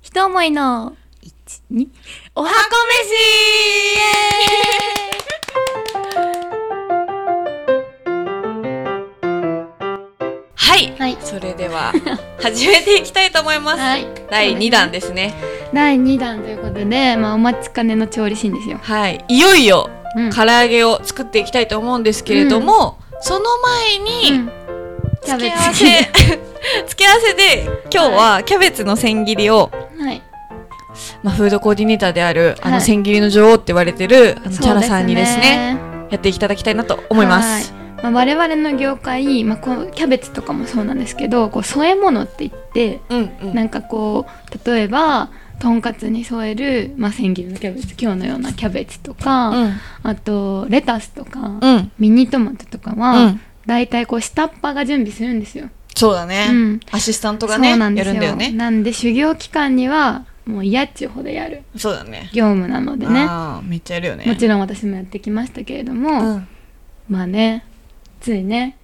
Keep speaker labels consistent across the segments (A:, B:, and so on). A: 一思いの一二おはこ
B: はい、
A: はい
B: それ では始めていきたいと思います、
A: 飯はい
B: 第2弾ですね
A: 第二弾ということでまあお待ちかねの調理シーンですよ、
B: はいいよいよ
A: うん
B: 唐揚げを作っていきたいと思うんですけれども、その前に、
A: うんキャ
B: 付
A: ベ
B: け合わ
A: ツ
B: せ 付け合わせで今日はキャベツの千切りを、
A: はい
B: まあ、フードコーディネーターであるあ
A: は
B: の
A: い
B: 千切りの女王って言われてるあのチ
A: そう
B: ャラさんにですねやっていただきたいなと思います。
A: はいまあ、我々の業界、まあ、こうキャベツとかもそうなんですけどこう添え物って言って
B: うんうん
A: なんかこう例えばとんかつに添える、まあ、千切りのキャベツ今日のようなキャベツとか、
B: うん
A: あとレタスとか、
B: うん
A: ミニトマトとか
B: う
A: は
B: ん
A: だいたいこう下っ端が準備するんですよ。
B: そうだね、
A: うん
B: アシスタント
A: そ
B: が
A: う
B: ね
A: なんで
B: や
A: す
B: るんだよね
A: なんで修行期間にはもう嫌っちゅうほどやる
B: そうだね
A: 業務なのでね
B: あーめっちゃやるよね
A: もちろん私もやってきましたけれども、
B: うん
A: まあねついね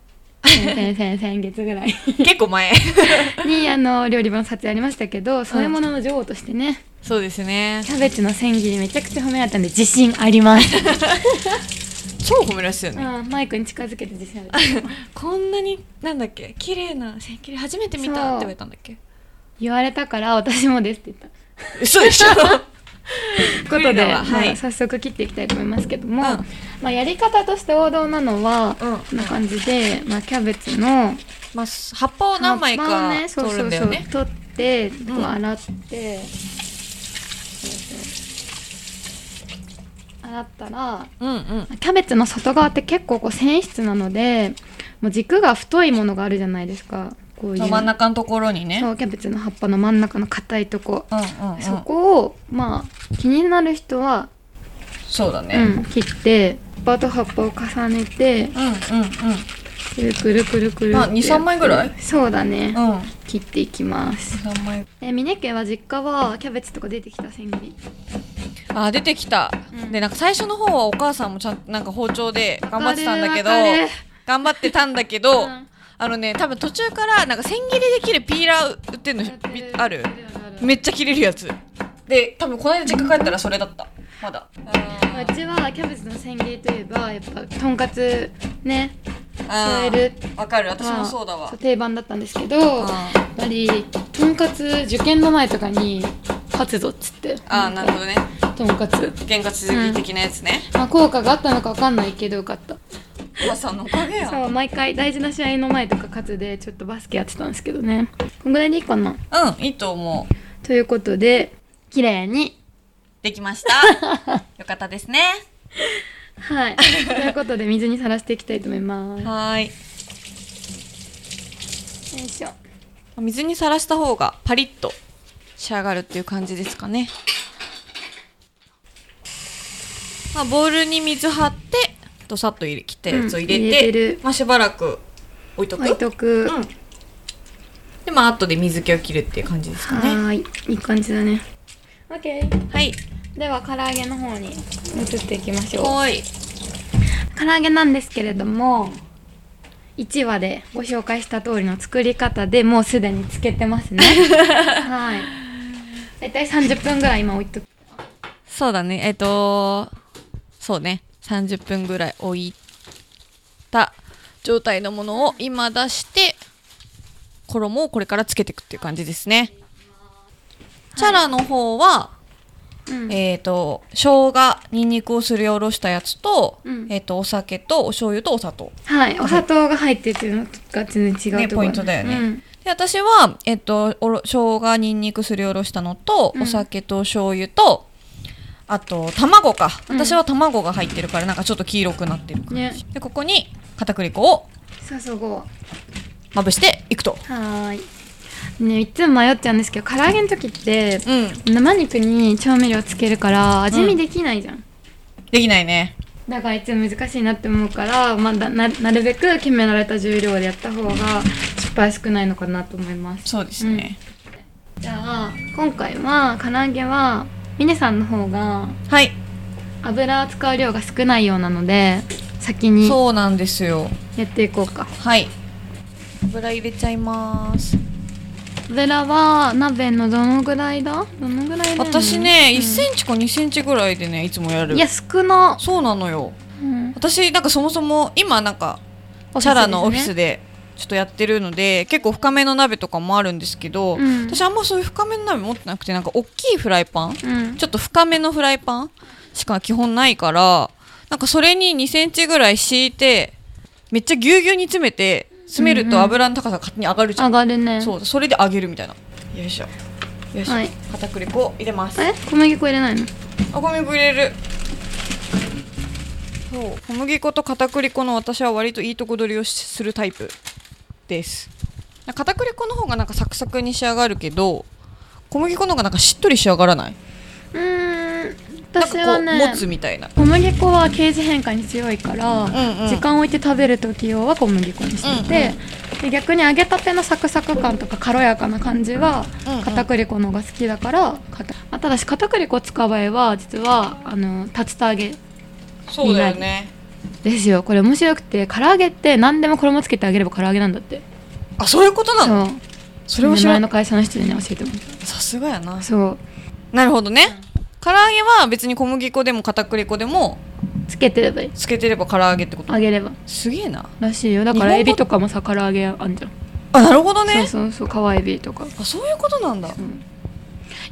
A: 先々先々月ぐらい
B: 結構前
A: にあの料理本撮影ありましたけどそういうものの女王としてね
B: そうですね
A: キャベツの千切りめちゃくちゃ褒められたんで自信あります、
B: 超褒めらしいよね、
A: うん、マイクに近づけて自信ある
B: こんなになんだっけ綺麗な千切り初めて見たって言われたんだっけ
A: 言われたから私もですって言った
B: 嘘 でしょ
A: ということで、
B: 無理だわはい
A: まあ早速切っていきたいと思いますけども、
B: うん
A: まあ、やり方として王道なのは、
B: うん
A: こんな感じで、まあ、キャベツの
B: まあ葉っぱを何枚
A: 葉っぱ
B: か
A: をねそう
B: 取
A: そ
B: るん
A: う
B: だ
A: そ
B: よ
A: う
B: ね
A: 取ってこ
B: う
A: うん洗って、そうそう洗ったら
B: うんうん
A: キャベツの外側って結構こう繊維質なのでもう軸が太いものがあるじゃないですかこういう
B: 真ん中のところにね
A: そうキャベツの葉っぱの真ん中の硬いとこ、
B: うんうんうん
A: そこをまあ気になる人は
B: そうだ
A: う
B: ね
A: ん、切って葉っぱと葉っぱを重ねて
B: うんうん
A: くるくるくるくる
B: まあ
A: ってやって
B: 23枚ぐらい
A: そうだね、
B: うんうん
A: 切っていきます
B: 3枚
A: え峰家は実家はキャベツとか出てきた千切り
B: あ出てきた、
A: うん
B: でなんか最初の方はお母さんもちゃんとなんか包丁で頑張ってたんだけど
A: わかるわかる
B: 頑張ってたんだけど、
A: うん
B: あのね多分途中からなんか千切りで切るピーラー売ってんの
A: やって
B: みある
A: やってある
B: めっちゃ切れるやつで多分この間実家帰ったらそれだったまだ
A: あうちはキャベツの千切りといえばやっぱとんかつね添える
B: わかる私もそうだわ
A: そう定番だったんですけどやっぱりとんかつ受験の前とかに勝つぞっつって
B: あーなるほどね
A: とんかつ
B: 験担ぎ的なやつね、
A: まあ効果があったのかわかんないけどよかった
B: お母さんのおかげやんう
A: そ
B: ん
A: う毎回大事な試合の前とか勝つでちょっとバスケやってたんですけどねこんぐらいでいいかない
B: いと思う
A: ということで綺麗に
B: できました よかったですね
A: はいということで水にさらしていきたいと思いますよ
B: はーい
A: いしょ
B: 水にさらした方がパリッと仕上がるっていう感じですかね、まあ、ボウルに水張ってどさっと入れ切ったやつを入れて,、
A: うん入れてる
B: まあ、しばらく置いとく
A: 置いとく、
B: うんでまあ後で水気を切るっていう感じですかね
A: はーいいい感じだね OK
B: はい
A: では唐揚げの方に移っていきましょう
B: はーい
A: 唐揚げなんですけれども1話でご紹介した通りの作り方でもうすでにつけてます ねはい大体30分ぐらい今置いとく
B: そうだねえっ、とそうね30分ぐらい置いた状態のものを今出して衣をこれからつけていくっていう感じですね、チャラの方は、
A: うん
B: えっ、と生姜にんにくをすりおろしたやつと,、
A: うん
B: えっとお酒とお醤油とお砂糖
A: はい、お砂糖が入ってっていうのとか全然違う
B: ね
A: ところ、
B: ポイントだよねで私は、えっと、おろ生姜にんにくすりおろしたのと、
A: うん
B: お酒と醤油とあと卵か
A: うん
B: 私は卵が入ってるからなんかちょっと黄色くなってる
A: うん。
B: 感じ、
A: ね、
B: でここに片栗粉を
A: そうそうごは
B: まぶしていくと
A: ーい。ね、いつも迷っちゃうんですけど、唐揚げの時って
B: うん
A: 生肉に調味料つけるから味見できないじゃん。
B: できないね
A: だからいつも難しいなって思うから、まあ、だななるべく決められた重量でやった方が失敗少ないのかなと思います
B: そうですね、
A: じゃあ今回は唐揚げは峰さんの方が
B: はい
A: 油を使う量が少ないようなので先に
B: そうなんですよ
A: やっていこうか
B: はい油入れちゃいます
A: ベラは鍋のどのぐらいだどのぐらいだよね
B: 私ね、
A: うん
B: 1センチか2センチぐらいでねいつもやる
A: いや少な、
B: そうなのよ
A: うん
B: 私なんかそもそも今なんかチャラのオフィスでちょっとやってるので結構深めの鍋とかもあるんですけど、
A: うん
B: 私あんまそういう深めの鍋持ってなくてなんか大きいフライパン
A: ですねうん
B: ちょっと深めのフライパンしか基本ないからなんかそれに2センチぐらい敷いてめっちゃぎゅうぎゅうに詰めて詰める
A: うんう
B: と
A: ん
B: 油の高さが勝手に上がるじゃん、
A: 上がるね
B: そうそれで揚げるみたいなよいしょよいしょ、
A: はい
B: 片栗粉入れます
A: え小麦粉入れないの
B: あ小麦粉入れるそう小麦粉と片栗粉の私は割といいとこ取りをしするタイプです片栗粉の方がなんかサクサクに仕上がるけど小麦粉の方がなんかしっとり仕上がらないう
A: ーん
B: なん
A: 私
B: かこ
A: は
B: う
A: ね
B: 持つみたいな
A: 小麦粉は形状変化に強いから、
B: んうん
A: 時間置いて食べる時用は小麦粉にしてて、で逆に揚げたてのサクサク感とか軽やかな感じは
B: うんうん
A: 片栗粉の方が好きだから、片まあただし片栗粉を使う場合は実はあの竜田揚げ
B: そうだよね
A: ですよこれ面白くて唐揚げって何でも衣つけてあげれば唐揚げなんだって
B: あそういうことなの
A: そう
B: それは知ら
A: 前
B: な
A: の
B: い
A: 会社の人に教えてもらっ
B: さすがやな
A: たそう
B: なるほどね唐揚げは別に小麦粉でも片栗粉でも
A: つけてればいい
B: つけてれば唐揚げってこと
A: 揚げれば
B: すげえな
A: らしいよだか
B: 日本
A: ら
B: 語
A: エビとかもさ唐揚げあんじゃん、
B: あなるほどね
A: そうそうそう皮エビとか
B: あそういうことなんだ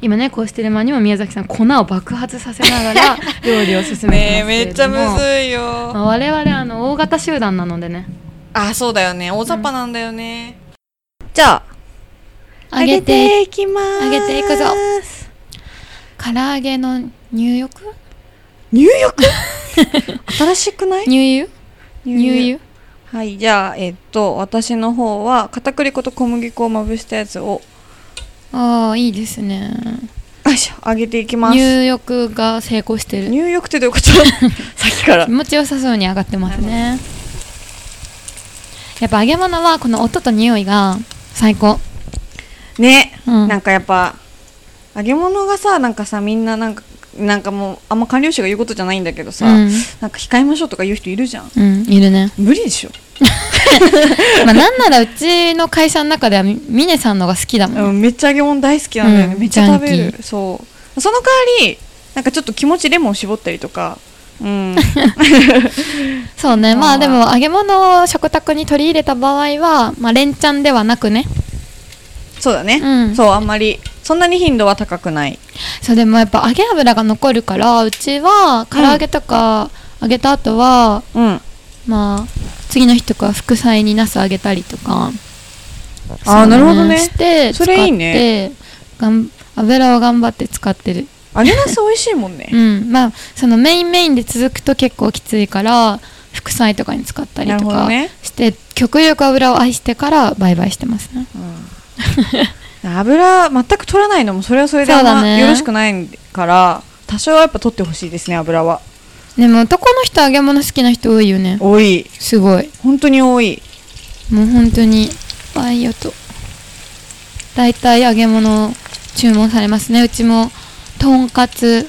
A: 今ねこうしてる間にも宮崎さん粉を爆発させなが ら料理を進
B: ねえ
A: めてますけれども
B: めっちゃむ
A: い、
B: ずい
A: ま
B: よ
A: あ、我々あの大型集団なのでね
B: あそうだよね大雑把なんだよね、じゃあ
A: 揚げて
B: いきます
A: 揚げていくぞ唐揚げの入浴
B: 入浴 新しくない
A: 入湯入湯
B: はいじゃあえっと私の方は片栗粉と小麦粉をまぶしたやつを
A: ああいいですね
B: よいしょ揚げていきます
A: 入浴が成功してる
B: 入浴ってどういうこと さっきから
A: 気持ちよさそうに上がってますねやっぱ揚げ物はこの音と匂いが最高
B: ね、
A: うん
B: なんかやっぱ揚げ物がさなんかさみんななんかなんかもうあんま管理栄養士が言うことじゃないんだけどさ、
A: うん
B: なんか控えましょうとか言う人いるじゃん
A: うんいるね
B: 無理でしょ、
A: まあなんならうちの会社の中ではみ峰さんのが好きだもん、
B: うん、めっちゃ揚げ物大好きなんだよね、
A: うん
B: めっちゃ食べ
A: ジャン
B: るそうその代わりなんかちょっと気持ちレモン絞ったりとかうん
A: そうねま
B: あ
A: あ
B: ー
A: でも揚げ物を食卓に取り入れた場合はまあ連チャンではなくね
B: そうだね、
A: うん
B: そうあんまりそんなに頻度は高くない
A: そうでもやっぱ揚げ油が残るからうちは唐揚げとか揚げた後は、
B: うん
A: まあ次の日とか副菜にナス揚げたりとか
B: あーなるほどね
A: して
B: それいいね
A: 使ってがん油を頑張って使ってる
B: 揚げナス美味しいもんね
A: うんまあそのメインメインで続くと結構きついから副菜とかに使ったり
B: なる
A: と
B: ほど
A: か
B: ね
A: して、極力油を愛してから売買してますね
B: 油全く取らないのもそれはそれであん
A: そうだ
B: ま
A: ね
B: よろしくないから多少はやっぱ取ってほしいですね油は
A: でも男の人揚げ物好きな人多いよね
B: 多い
A: すごい
B: 本当に多い
A: もう本当にバイオと大体揚げ物を注文されますねうちもとんかつ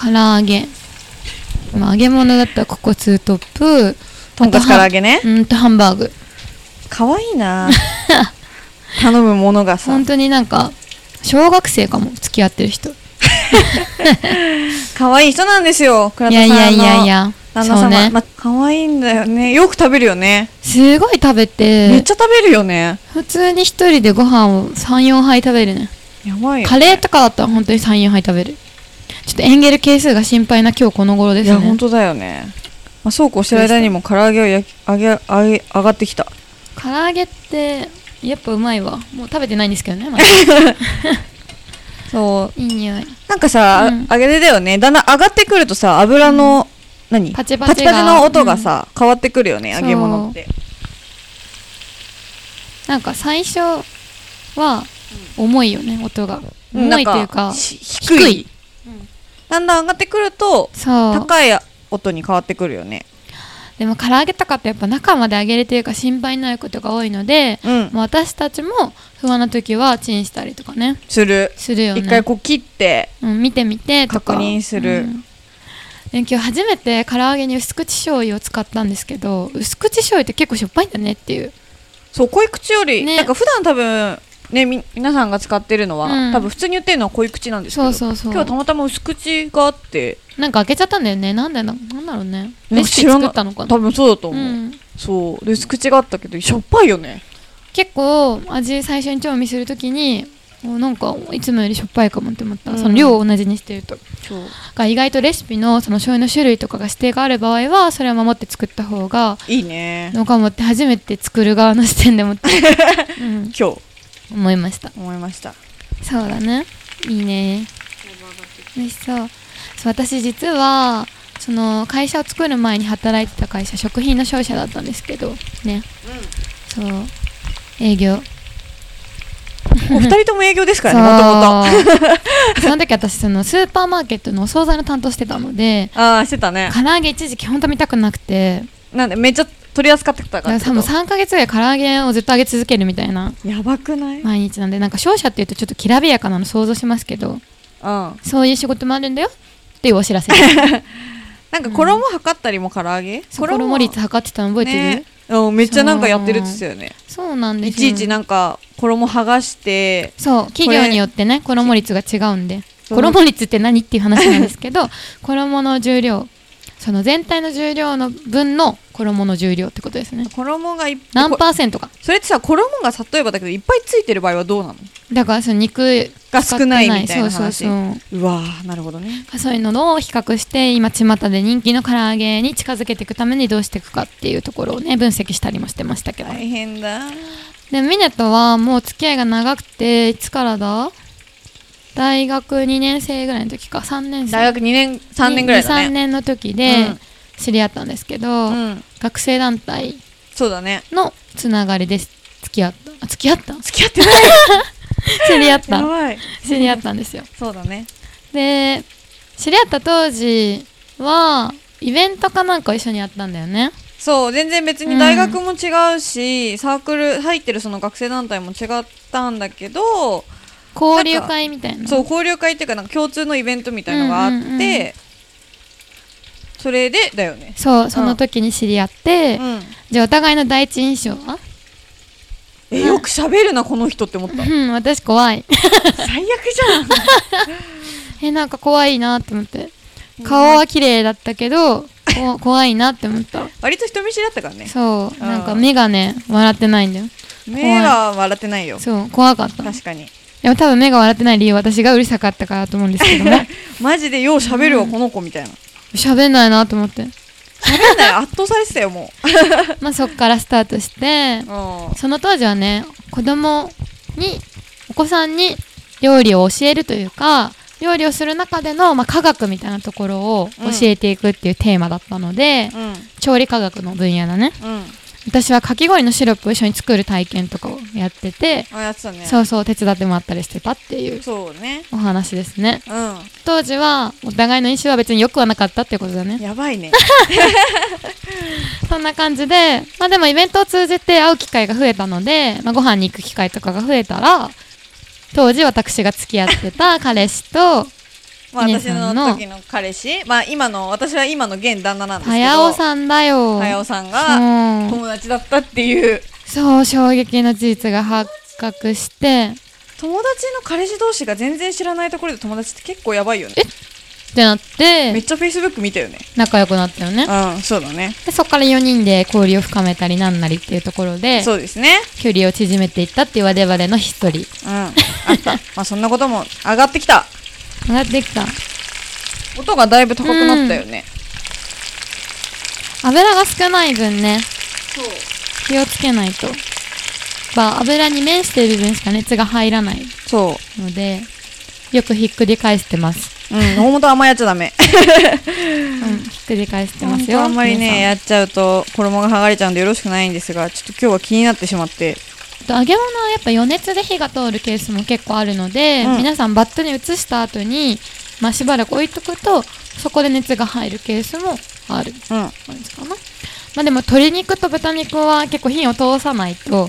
A: 唐揚げ、まあ、揚げ物だったらここツートップ
B: とんかつ
A: あは
B: から揚げね
A: うんとハンバーグ
B: 可愛 いな頼むものがさ
A: 本当になんか小学生かも付き合ってる人
B: 可愛い人なんですよ倉
A: い
B: 田さ
A: や
B: ん
A: いやいやいや
B: あの旦
A: そ
B: 那
A: う
B: 様、
A: ね、
B: ま可愛いんだよねよく食べるよね、
A: すごい食べ
B: めってちゃ食べるよね
A: 普通に一人でご飯を34杯食べるね
B: やばいよ
A: カレーとかだったら本当に34杯食べるちょっとエンゲル係数が心配な今日この頃で
B: い
A: すね
B: や本当だよね、まあ、そうこうしてる間にも唐揚げを焼き揚げ揚げ上がってきた
A: 唐揚げってやっぱうまいわもう食べてないんですけどね、 まだ
B: そう
A: いい匂い
B: なんかさ、
A: うん
B: 揚げてだよねだんだん上がってくるとさ油の、何
A: パチパチが
B: の音がさ、変わってくるよね
A: そう
B: 揚げ物って
A: なんか最初は重いよね音が
B: うん
A: 重いっていうか
B: し低い
A: 低い
B: だんだん上がってくると
A: そう
B: 高い音に変わってくるよね
A: でも唐揚げとかってやっぱ中まで揚げれてるか心配になることが多いので、
B: うん
A: もう私たちも不安な時はチンしたりとかね
B: する
A: するよね
B: 一回こう切って
A: うん、見てみてとか
B: 確認する
A: うんで今日初めて唐揚げに薄口醤油を使ったんですけど薄口醤油って結構しょっぱいんだねっていう
B: そう濃い口より、
A: ね
B: なんか普段多分ねみ皆さんが使ってるのは、
C: うん
B: 多分普通に売ってるのは濃い口なんですけど
A: そうそうそう
B: 今日はたまたま薄口があって
A: なんか開けちゃったんだよねなんでだなんだろうね
B: な
A: レ
B: んか
A: シ
B: 知
A: ピ
B: ら
A: 作
B: な
A: ったのかな
B: 多分そうだと
A: う
B: 思う、
A: ん、
B: そうで薄口があったけどしょっぱいよね
A: 結構味最初に調味するときにおなんかいつもよりしょっぱいかもって思った、
B: うん
A: その量を同じにしてると
B: そう
A: が意外とレシピのその醤油の種類とかが指定がある場合はそれを守って作った方が
B: いいね
A: のかもって初めて作る側の視点でも って、うん、
B: 今日
A: 思いました
B: 思いました
A: そうだねいいね美味しそうそう私実はその会社を作る前に働いてた会社食品の商社だったんですけどね、そう営業
B: お二人とも営業ですからねもともと
A: そう その時私そのスーパーマーケットのお惣菜の担当してたので
B: ああしてたね
A: 唐揚げ一時期ほんと見たくなくて
B: なんでめっちゃ取り扱ってた
A: だ
B: か
A: からら
B: ってこ
A: 多
B: と
A: 分3ヶ月ぐらい唐揚げをずっと揚げ続けるみたいな
B: やばくない、
A: 毎日なんでなんか商社っていうとちょっときらびやかなの想像しますけど
B: うん
A: そういう仕事もあるんだよっていうお知らせです
B: なんか衣測ったりも唐揚げ、
A: そう衣率測ってたの覚えてる、
B: ねうん、めっちゃなんかやってるっつってたよね
A: そうなんで
B: い
A: すよ
B: ちいちなんか衣剥がして
A: そう企業によってね衣率が違うんで
B: そう
A: 衣率って何っていう話なんですけど 衣の重量その全体の重量の分の衣の重量ってことですね
B: 衣がいっ
A: 何
B: こ
A: パーセントか
B: それってさ衣が例えばだけどいっぱいついてる場合はどうなの
A: だからその肉
B: が少ないみたいな
A: そうそう
B: 話
A: そう
B: うわーなるほどね
A: そういうのを比較して今巷で人気の唐揚げに近づけていくためにどうしていくかっていうところをね分析したりもしてましたけど、
B: 大変だ
A: でミネとはもう付き合いが長くていつからだ大学2年生ぐらいの時か3年生
B: 大学2年3年ぐらいだ
A: 3
B: ね
A: 年の時で
B: うん
A: 知り合ったんですけど、
B: うん
A: 学生団体
B: そうだね
A: のつながりです付き合ったあ付き合った
B: 付き合ってない
A: 知り合っ
B: や
A: た
B: ばい
A: 知り合ったんですよ
B: そうだね
A: で知り合った当時はイベントかなんかを一緒にやったんだよね
B: そう全然別に大学も違うし、サークル入ってるその学生団体も違ったんだけど、
A: 交流会みたいな
B: そう交流会っていうかなんか共通のイベントみたいのがあって、
A: うんうんうん
B: それでだよね
A: そうその時に知り合って、
B: うん
A: じゃあお互いの第一印象は
B: えよく喋るなこの人って思った
A: うん私怖 い
B: 最悪じ
A: えなんか怖いなって思って顔は綺麗だったけど、 こ怖いなって思った
B: ゃん割と人見知りだったからね
A: そう
B: あー
A: なんか目がね笑ってないんだよ
B: 目が笑ってないよ
A: そう怖かった
B: 確かに
A: でも多分目が笑ってない理由私がうるさかったからだと思うんですけどね
B: マジでよう喋るわこの子みたいな
A: 喋んないなと思 って
B: 喋んない 圧倒されてたよも
A: まあそっからスタートして
B: ううん
A: その当時はね子供にお子さんに料理を教えるというか料理をする中での、まあ、科学みたいなところを教えていくっていうテーマだったので、
B: うん
A: 調理科学の分野だね
B: うん
A: 私はかき氷のシロップを一緒に作る体験とかをやってて、
B: あやってたね
A: そうそう手伝ってもらったりしてたっていう
B: そうね
A: お話ですね
B: う
A: 当時はお互いの印象は別に良くはなかったっていうことだ
B: ん
A: ね
B: やば いね
A: そんな感じでまあでもイベントを通じて会う機会が増えたので、まあ、ご飯に行く機会とかが増えたら当時私が付き合って た彼氏と
B: まあ
A: 峰
B: 私
A: さ
B: の
A: んの
B: 時の彼氏まあ今の私は今の現旦那なんですけど
A: 早尾さんだよ
B: 早尾さんが
A: うん
B: 友達だったっていう
A: そう衝撃の事実が発覚して
B: 友達の彼氏同士が全然知らないところで友達って結構やばいよね
A: ってなっ
B: めってちゃフェイスブック見たよね
A: 仲良くなったよね
B: うんそうだね
A: でそこから4人で交流を深めたりなんなりっていうところで
B: そうですね
A: 距離を縮めていったっていう我々のヒストリー
B: うんあったまあそんなことも上がってきた
A: 上がってきた
B: 音がだいぶ高くなったよね
A: 油が少ない分ね
B: そう
A: 気をつけないと、まあ、油に面している分しか熱が入らない
B: そ
A: のでよくひっくり返してます、
B: ううん大元あんまやっちゃダメ
A: うん、ひっくり返してま
B: 本
A: す
B: 当
A: よ
B: あんまりね
A: 皆
B: やっちゃうと衣が剥がれちゃうんでよろしくないんですがちょっと今日は気になってしまって
A: さん揚げ物はやっぱ余熱で火が通るケースも結構あるので、
B: うん
A: 皆さんバットに移した後に、まあ、しばらく置いとくとそこで熱が入るケースもある
B: うんうん
A: 感じかなまあでも鶏肉と豚肉は結構火を通さないと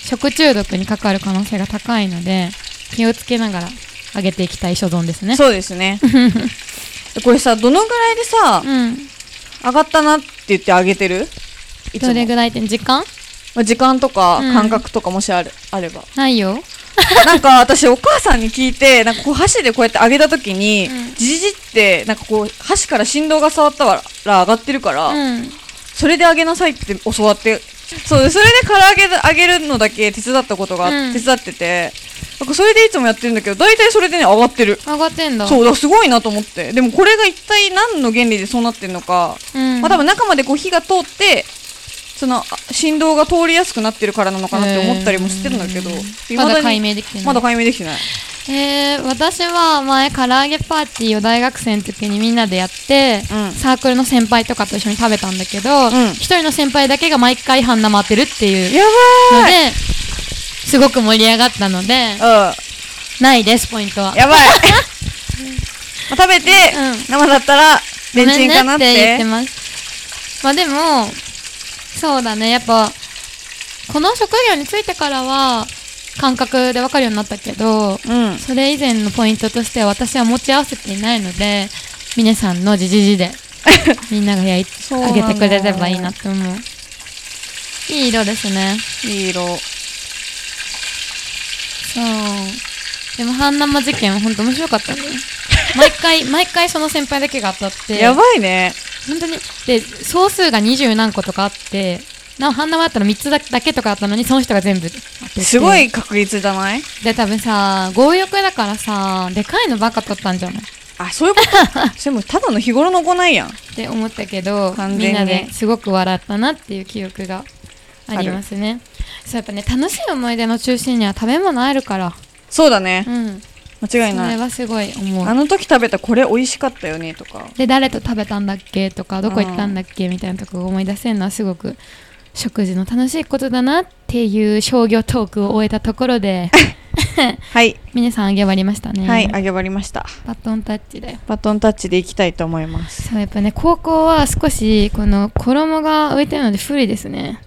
A: 食中毒にかかる可能性が高いので気をつけながら揚げていきたい所存ですね
B: そうですねこれさどのぐらいでさ
A: うん
B: 上がったなって言ってあげてるいつ
A: ど
B: も
A: れぐらいって時間
B: まあ時間とか
A: うん
B: 感覚とかもしある、あれば
A: ないよ
B: なんか私お母さんに聞いてなんかこう箸でこうやって上げた時に、
C: うん
B: じじってなんかこう箸から振動が触ったら上がってるから、
C: うん
B: それで揚げなさいって教わってそうそれで唐揚げだ揚げるのだけ手伝ったことが、
C: うん
B: 手伝っててなんかそれでいつもやってるんだけど大体それでね上がってる
A: 上がってんだ
B: そうだからすごいなと思ってでもこれが一体何の原理でそうなってるのか、
A: うん
B: まあ、多分中までこう火が通ってそのあ振動が通りやすくなってるからなのかなって思ったりもしてるんだけど、未
A: ま
B: に
A: だ解明できてない
B: まだ解明できてない
A: えー、私は前唐揚げパーティーを大学生の時にみんなでやって、
B: うん
A: サークルの先輩とかと一緒に食べたんだけど
B: ん
A: 一、人の先輩だけが毎回半生当てるっていう
B: や
A: の
B: ばい
A: ですごく盛り上がったので
B: う
A: ないですポイントは
B: んや ばいまあ食べて、
A: うん
B: 生だったらレンチンかなっ
A: ごめんね言っててますまあでもそうだねやっぱこの職業についてからは感覚で分かるようになったけど
B: うん
A: それ以前のポイントとしては私は持ち合わせていないので峰さんのじじじでみんなが焼い
B: そうな
A: あ
B: の
A: げてくれればいいなって思ういい色ですね
B: いい色
A: そうでも半生事件は本当面白かったね毎回毎回その先輩だけが当たって
B: やばいね
A: 本当にで総数が二十何個とかあってなお半生だったら3つだけとかあったのにその人が全部当てて
B: すごい確率じゃない
A: で多分さ強欲だからさでかいのばっか取ったんじゃない
B: あそういうこと それもただの日頃の行いやん
A: って思ったけど
B: 完全に
A: みんなですごく笑ったなっていう記憶がありますねそうやっぱね楽しい思い出の中心には食べ物あるから
B: そうだね
A: うん
B: 間違い
A: そ
B: な
A: れ
B: い
A: はすごい思
B: あ
A: う
B: の時食べたこれ美味しかったよねとか
A: で誰と食べたんだっけとかどこ行ったんだっけみたいなとこを思い出せるのはすごく食事の楽しいことだなっていう商業トークを終えたところ で
B: はい、
A: 皆さんあげ終わりましたね
B: はいあげ終わりました
A: バトンタッチだよ
B: バトンタッチでいきたいと思います
A: そうやっぱね高校は少しこの衣が浮いてるので不利ですね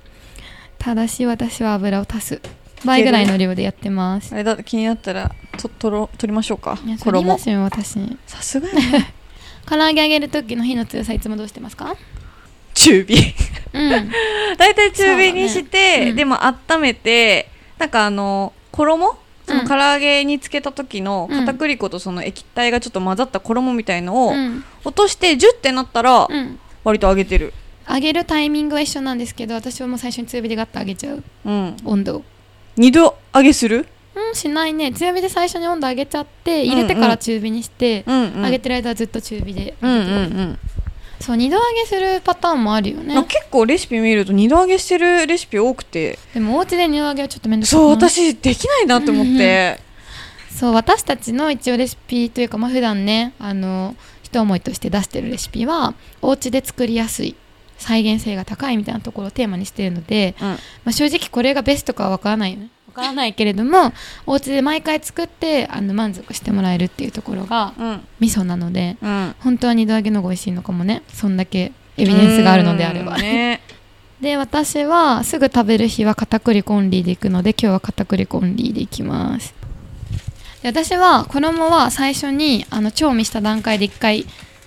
A: ただし私は油を足す倍ぐらいの量でやってます
B: あれだ気になったらと取ろ取りましょうか
A: いやそれ言いま
B: 衣
A: すよ私
B: さすがや ね
A: 唐揚げ揚げる時の火の強さいつもどうしてますか
B: 中 火
A: うん
B: 大体中火にし
A: そうだ
B: て、
A: ねうん
B: でも温めてなんかあの衣そ
A: うん
B: の唐揚げにつけた時の
A: うん
B: 片栗粉とその液体がちょっと混ざった衣みたいのを
A: うん
B: 落としてジュってなったら
A: うん
B: 割と揚げてる
A: 揚げるタイミングは一緒なんですけど私はもう最初に強火でガッと揚げちゃう
B: うん
A: 温度を
B: 二度揚げする
A: うんしないね強火で最初に温度上げちゃって入れてから中火にして、
B: うんうん
A: 揚げてる間はずっと中火で、
B: うんうん
A: そう二度揚げするパターンもあるよ
B: うん、
A: ね
B: なんか結構レシピ見ると二度揚げしてるレシピ多くて
A: でもお家で二度揚げはちょっと面倒くさい
B: そう私できないなと思って
A: そう私たちの一応レシピというかまあ普段ねあの一思いとして出してるレシピはお家で作りやすい再現性が高いみたいなところをテーマにしてるので、
B: うん
A: まあ、正直これがベストかは分からないよね分からないけれどもお家で毎回作ってあの満足してもらえるっていうところが
B: うん
A: ミソなので
B: うん
A: 本当は二度揚げの方が美味しいのかもねそんだけエビデンスがあるのであれば
B: う んね
A: で私はすぐ食べる日は片栗粉オンリーでいくので今日は片栗粉オンリーでいきますで私は衣は最初にあの調味した段階で一回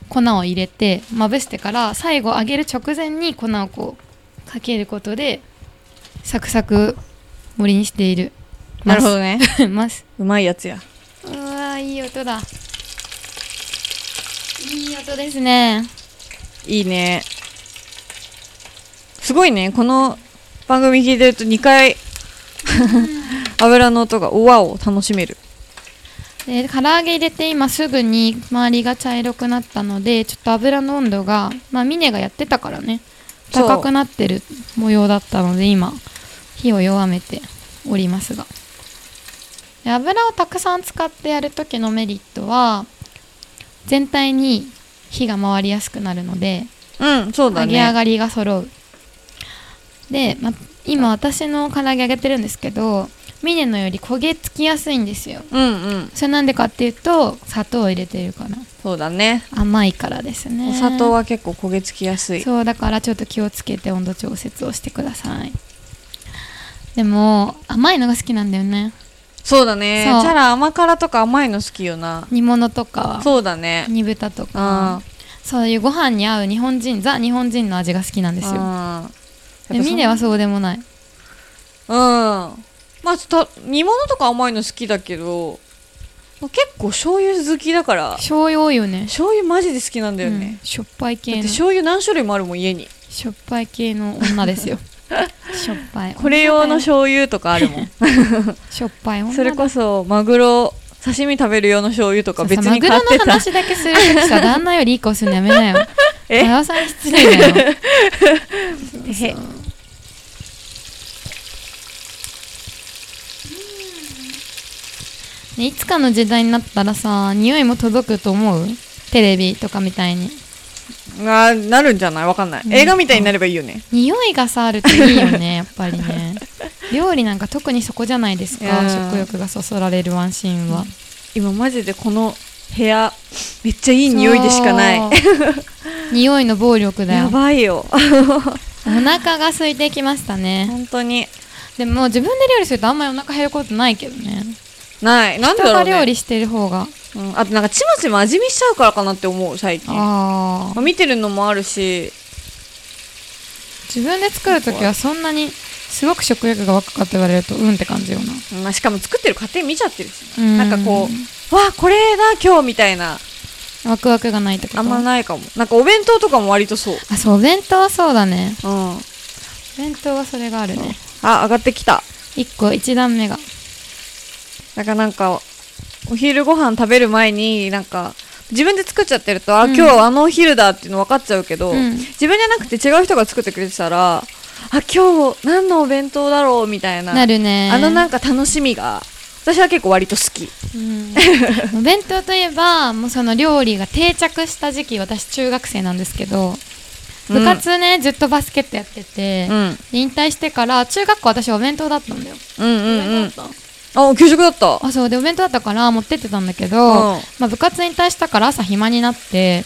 A: 粉を入れてまぶしてから最後揚げる直前に粉をこうかけることでサクサク盛りにしている
B: なるほどね
A: どます
B: うまいやつや
A: うわーいい音だいい音ですね
B: いいね。すごいね。この番組聞いてると2回 油の音がおわを楽しめる。
A: で唐揚げ入れて今すぐに周りが茶色くなったのでちょっと油の温度がまあミネがやってたからね
B: そう
A: 高くなってる模様だったので今火を弱めておりますがで油をたくさん使ってやる時のメリットは全体に火が回りやすくなるので
B: うん、そうだ
A: 揚
B: ね。
A: げ上がりが揃うで、ま、今私の唐揚げ揚げてるんですけどミネのより焦げつきやすいんですよ
B: うんうん。
A: それなんでかっていうと砂糖を入れてるから
B: そうだね。
A: 甘いからですね
B: お砂糖は結構焦げつきやすい。
A: そうだからちょっと気をつけて温度調節をしてくださいでも甘いのが好きなんだよね
B: そうだね。チ
A: そう
B: ャラ甘辛とか甘いの好きよな。
A: 煮物とか
B: そうだね。
A: 煮豚とか
B: あ
A: そういうご飯に合う日本人ザ日本人の味が好きなんですよ
B: あー
A: でミネはそうでもない
B: うん。まあた煮物とか甘いの好きだけどまあ結構醤油好きだから
A: 醤油多いよね
B: 醤油マジで好きなんだよ
A: うん
B: ね、
A: しょっぱい
B: だ
A: 系
B: って
A: のし
B: 醤油何種類もあるもん家に
A: ょっぱい系の女です よしょっぱい
B: これ用の醤油とかあるも ん
A: しょっぱい女
B: それこそマグロ刺身食べる用の醤油とか
A: そう
B: 別
A: さ
B: に買っ
A: マグロ
B: て
A: の
B: た
A: 話だけするときさ旦那よりいい顔するのやめな よ
B: え
A: 馬場さんに失礼 だよ
B: へ
A: ねいつかの時代になったらさ匂いも届くと思うテレビとかみたいに
B: がなるんじゃないわかんない
A: うん
B: 映画みたいになればいいよね
A: 匂いがさあるといいよね やっぱりね料理なんか特にそこじゃないですか
B: うん
A: 食欲がそそられるワンシーンは、
B: 今マジでこの部屋めっちゃいい匂いでしかない
A: そう 匂いの暴力だ
B: や
A: よ
B: ばいよ
A: お腹が空いてきましたね
B: 本当に
A: でも自分で料理するとあんまりお腹減ることないけどね
B: ないなんだ
A: 人
B: ろ
A: が
B: う、ね、
A: 料理してる方が、
B: うん、あとなんかちまちま味見しちゃうからかなって思う最近
A: あ
B: ま
A: あ
B: あ見てるのもあるし
A: 自分で作るときはそんなにすごく食欲が湧くかと言われるとうんって感じよな
B: まあ、しかも作ってる過程見ちゃってるし、
A: うん
B: なんかこうわあこれだ今日みたいな
A: ワクワクがないってこと
B: あんまないかもなんかお弁当とかも割とそう
A: あそうお弁当はそうだね
B: うんあ
A: お弁当はそれがあるね
B: 上がってきた
A: 1個1段目が
B: だからなんかお昼ご飯食べる前になんか自分で作っちゃってると、あ
A: うん
B: 今日あのお昼だっていうの分かっちゃうけど、
A: うん
B: 自分じゃなくて違う人が作ってくれてたらあ今日何のお弁当だろうみたいな
A: なるね
B: あのなんか楽しみが私は結構割と好き
A: うん、 お弁当といえばもうその料理が定着した時期私中学生なんですけど部活ね、ずっとバスケットやってて、
B: うん
A: で引退してから中学校私お弁当だったんだよ、
B: うん
A: お
B: うんう
A: 弁
B: ん
A: 当だった
B: あ給食だった
A: あそうでお弁当だったから持ってってたんだけど、
B: うん
A: まあ、部活引退したから朝暇になって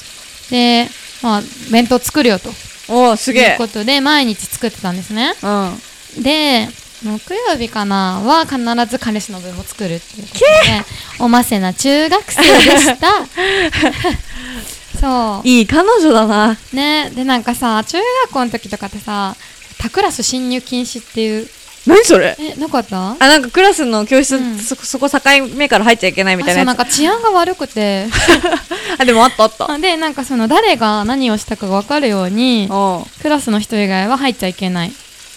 A: で、まあ、弁当作るよと
B: おーすげ
A: いう
B: え
A: ことで毎日作ってたんですね
B: うん
A: で木曜日かなは必ず彼氏の分も作るっていうことでおませな中学生でした そ
B: いい彼女だな
A: うねでなんかさ中学校の時とかってさ他クラス侵入禁止っていう
B: 何それ
A: えなかった
B: あなんかクラスの教室、
A: うん
B: そそこ境目から入っちゃいけないみたい
A: あそう
B: な
A: なん
B: やつ
A: か治安が悪くて
B: あでもあったあっ た
A: でなんかその誰が何をしたかが分かるように
B: うん
A: クラスの人以外は入っちゃいけないっ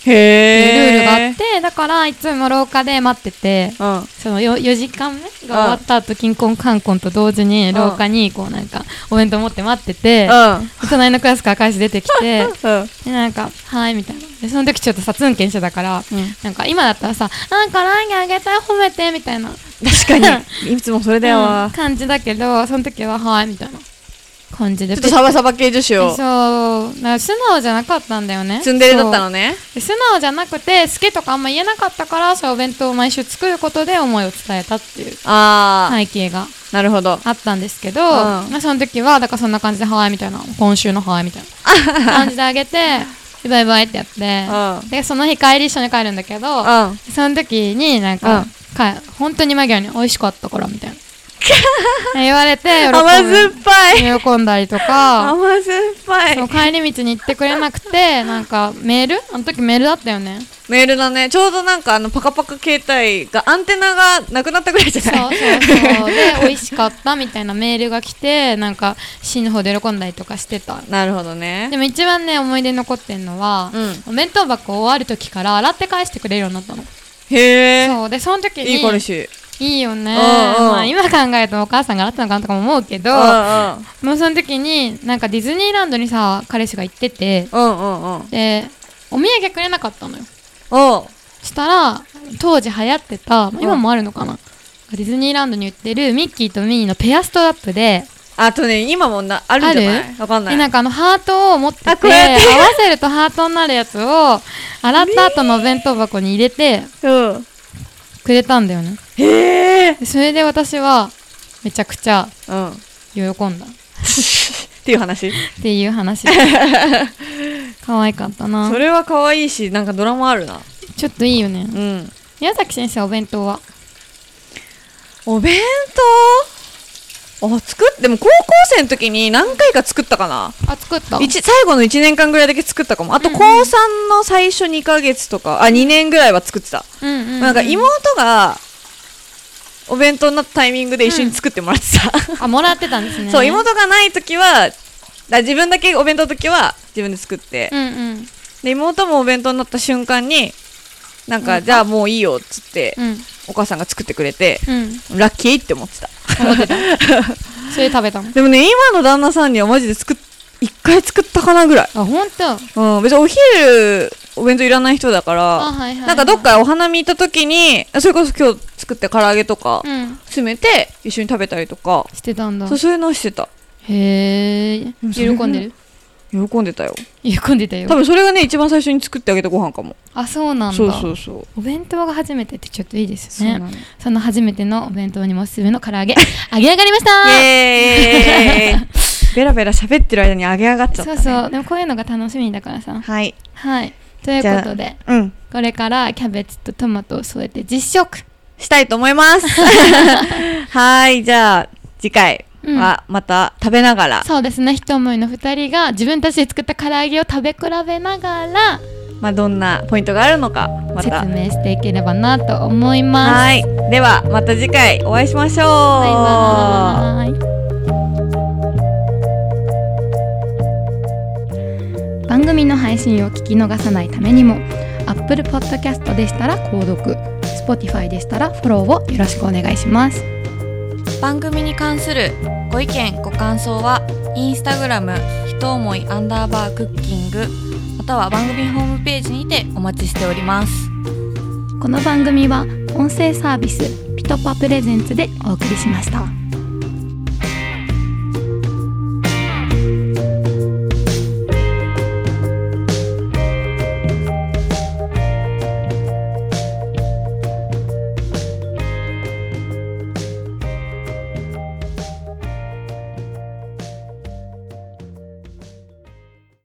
A: て
B: へ
A: いう
B: え
A: ルールがあってだからいつも廊下で待ってて
B: あって
A: その 4, 時間目が終わった後、金婚観婚と同時に廊下にこうなんかお弁当持って待ってて、
B: う
A: 隣のクラスから彼氏出てきて
B: んうん
A: でなんか「はい」みたいなでその時ちょっとさツンケンしてたから、
B: うん
A: なんか今だったらさ「なんかランあげたい褒めて」みたいな
B: 確かにいつもそれだよ
A: うん
B: わ
A: 感じだけどその時は「はい」みたいな感じで
B: ちょっとサバサバ系女子
A: そう
B: を
A: だから素直じゃなかったんだよね
B: ツンデレだったのね
A: そうで素直じゃなくて好きとかあんま言えなかったからそうお弁当を毎週作ることで思いを伝えたっていう
B: ああ、
A: 背景が
B: なるほど
A: あったんですけど、
B: うん
A: まあ、その時はだからそんな感じで「ハワイ」みたいな今週の「ハワイ」みたい な感じであげてでバイバイってやって、
B: うん
A: でその日帰り一緒に帰るんだけど、
B: うん
A: その時になんか、
B: うん
A: か本当に間際に「美味しかったから」みたいな 言われて
B: 甘酸っぱい
A: 喜んだりとか
B: 甘酸っぱ
A: そう
B: い
A: 帰り道に行ってくれなくてなんかメールあの時メールだったよね
B: メールだねちょうどなんかあのパカパカ携帯がアンテナがなくなったぐらいじ
A: そ
B: ゃ
A: うそう
B: ない
A: そうで美味しかったみたいなメールが来てなんか死ぬほど喜んだりとかしてた
B: なるほどね
A: でも一番ね思い出に残ってんのは、
B: う
A: お弁当箱をある時から洗って返してくれるようになったの
B: へえ
A: そうでその時に
B: いい彼氏
A: いいよね、
B: うんうん
A: まあ、今考えるとお母さんが洗ったのかなとかも思うけど
B: うん
A: もうその時になんかディズニーランドにさ彼氏が行ってて
B: うんうんうんうん
A: でお土産くれなかったのよ
B: おう
A: したら当時流行ってた、まあ今もあるのかな、ディズニーランドに売ってるミッキーとミニーのペアストラップで
B: あとね今もなあるんじゃないわかんな
A: え
B: い
A: なんかあのハートを持ってて合
B: あ
A: わ
B: こうやって
A: せるとハートになるやつを洗った後のお弁当箱に入れて
B: うん
A: くれたんだよね
B: へえ
A: でそれで私はめちゃくちゃ
B: うんっ
A: 喜んだ
B: ていう話
A: っていう話 可愛かったな
B: それは可愛いしなんかドラマあるな
A: ちょっといいよね
B: うん
A: 宮崎先生お弁当は
B: お弁あ作っでも高校生の時に何回か作ったかな
A: あ作った
B: 一最後の1年間ぐらいだけ作ったかもあと
A: うん
B: 高
A: うん
B: 3の最初2ヶ月とかあ2年ぐらいは作ってた、
A: うんうんうん
B: なんか妹がお弁当になったタイミングで一緒に作ってもらってた、
A: あもらってたんですね
B: そう妹がない時はだ自分だけお弁当の時は自分で作って、
A: うんうん
B: で妹もお弁当になった瞬間になんか、
A: うん
B: じゃあもういいよっつって、
A: うん
B: お母さんが作ってくれて、
A: うん
B: ラッキーって思ってた
A: 思ってたそれ食べたの
B: でもね今の旦那さんにはマジで作っ一回作ったかなぐらい、
A: あ本当
B: うん、別にお昼お弁当いらない人だから、
A: あはいはいはい
B: なんかどっかお花見行った時にそれこそ今日作って唐揚げとか
A: うん
B: 詰めて一緒に食べたりとか、
A: してたんだ
B: そうそういうのをしてた
A: へえ
B: もそ
A: 喜
B: れ
A: んでる
B: 喜んでたよ
A: 喜んでたよ
B: 多分それがね一番最初に作ってあげたご飯かも
A: あそうなんだ
B: そうそうそう
A: お弁当が初めてってちょっといいです
B: そう
A: ね
B: なの
A: その初めてのお弁当にもおすすめの唐 揚げ揚げ上がりました
B: イエ ーイベラベラ喋ってる間に揚げ上がっちゃった、
A: そう
B: ね、
A: そうでもこういうのが楽しみだからさ
B: はい
A: はいということで
B: うん
A: これからキャベツとトマトを添えて実食
B: したいと思います はいじゃあ次回はまた食べながら、
A: そうですね一思いの2人が自分たちで作った唐揚げを食べ比べながら
B: まあ、どんなポイントがあるのかま
A: 説
B: た
A: 明していければなと思います
B: はいではまた次回お会いしましょう
A: バイバーイ
C: 番組の配信を聞き逃さないためにも Apple Podcast でしたら購読 Spotify でしたらフォローをよろしくお願いします
B: 番組に関するご意見ご感想はインスタグラムひと思いアンダーバークッキングまたは番組ホームページにてお待ちしております
C: この番組は音声サービスピトパプレゼンツでお送りしました。